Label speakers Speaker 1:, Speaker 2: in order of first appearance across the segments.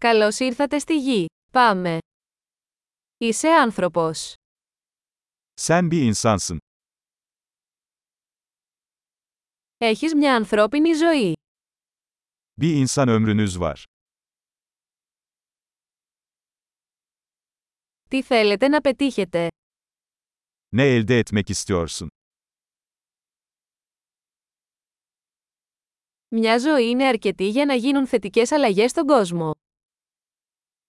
Speaker 1: Καλώς ήρθατε στη γη. Πάμε. Είσαι άνθρωπος.
Speaker 2: Sen bir insansın.
Speaker 1: Έχεις μια ανθρώπινη ζωή.
Speaker 2: Bir insan ömrünüz var.
Speaker 1: Τι θέλετε να πετύχετε.
Speaker 2: Ne elde etmek istiyorsun?
Speaker 1: Μια ζωή είναι αρκετή για να γίνουν θετικές αλλαγές στον κόσμο.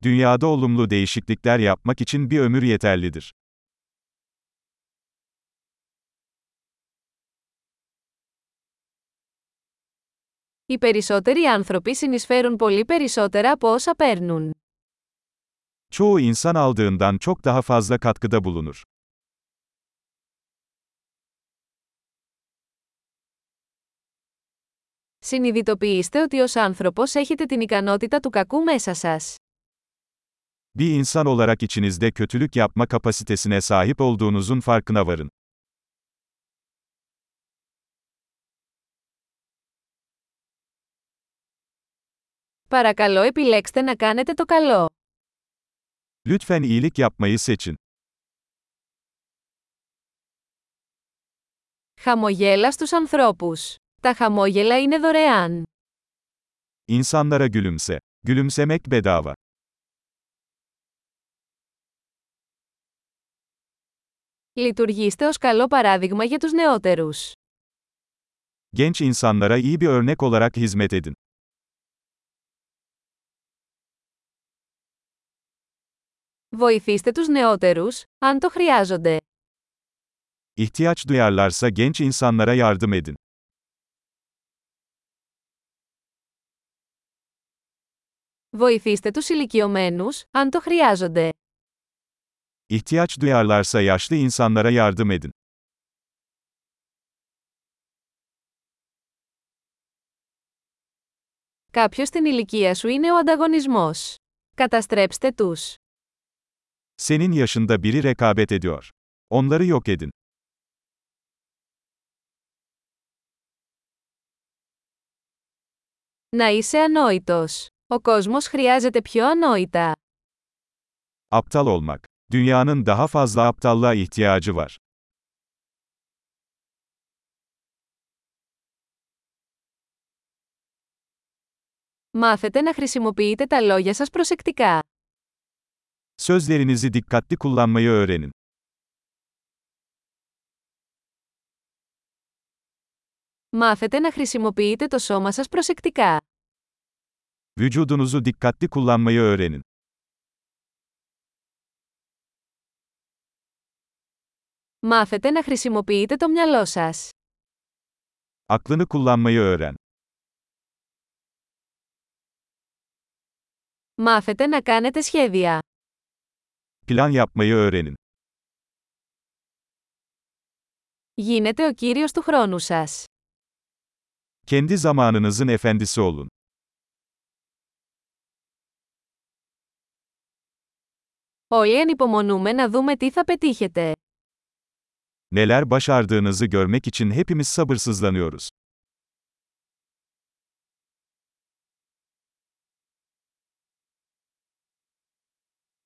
Speaker 2: Dünyada olumlu değişiklikler yapmak için bir ömür yeterlidir.
Speaker 1: Οι περισσότεροι άνθρωποι συνεισφέρουν πολύ περισσότερα από όσα παίρνουν.
Speaker 2: Çoğu insan aldığından çok daha fazla katkıda bulunur.
Speaker 1: Συνειδητοποιήστε ότι ως άνθρωπος έχετε την ικανότητα του κακού μέσα σας.
Speaker 2: Bir insan olarak içinizde kötülük yapma kapasitesine sahip olduğunuzun farkına varın.
Speaker 1: Παρακαλώ επιλέξτε να κάνετε το καλό.
Speaker 2: Lütfen iyilik yapmayı seçin.
Speaker 1: Χαμογέλα στους ανθρώπους. Τα χαμόγελα είναι δωρεάν.
Speaker 2: İnsanlara gülümse. Gülümsemek bedava.
Speaker 1: Λειτουργήστε ως καλό παράδειγμα για τους νεότερους.
Speaker 2: Genç insanlara iyi bir örnek olarak hizmet edin.
Speaker 1: Βοηθήστε τους νεότερους, αν το χρειάζονται.
Speaker 2: İhtiyaç duyarlarsa genç insanlara yardım edin.
Speaker 1: Βοηθήστε τους ηλικιωμένους, αν το χρειάζονται.
Speaker 2: İhtiyaç duyarlarsa yaşlı insanlara yardım edin.
Speaker 1: Κάποιος στην ηλικία σου είναι ο ανταγωνισμός. Καταστρέψτε τους.
Speaker 2: Senin yaşında biri rekabet ediyor. Onları yok edin.
Speaker 1: Να είσαι ανόητος. Ο κόσμος χρειάζεται πιο ανόητα.
Speaker 2: Aptal olmak. Dünyanın daha fazla aptallığa ihtiyacı var.
Speaker 1: Μάθετε να χρησιμοποιείτε τα λόγια σας προσεκτικά.
Speaker 2: Sözlerinizi dikkatli kullanmayı öğrenin.
Speaker 1: Μάθετε να χρησιμοποιείτε το σώμα σας προσεκτικά.
Speaker 2: Vücudunuzu dikkatli kullanmayı öğrenin.
Speaker 1: Μάθετε να χρησιμοποιείτε το μυαλό σας.
Speaker 2: Aklını kullanmayı öğren.
Speaker 1: Μάθετε να κάνετε σχέδια.
Speaker 2: Plan yapmayı öğrenin.
Speaker 1: Γίνετε ο κύριος του χρόνου σας.
Speaker 2: Kendi zamanınızın efendisi olun.
Speaker 1: Όλοι ανυπομονούμε να δούμε τι θα πετύχετε.
Speaker 2: Neler başardığınızı görmek için hepimiz sabırsızlanıyoruz.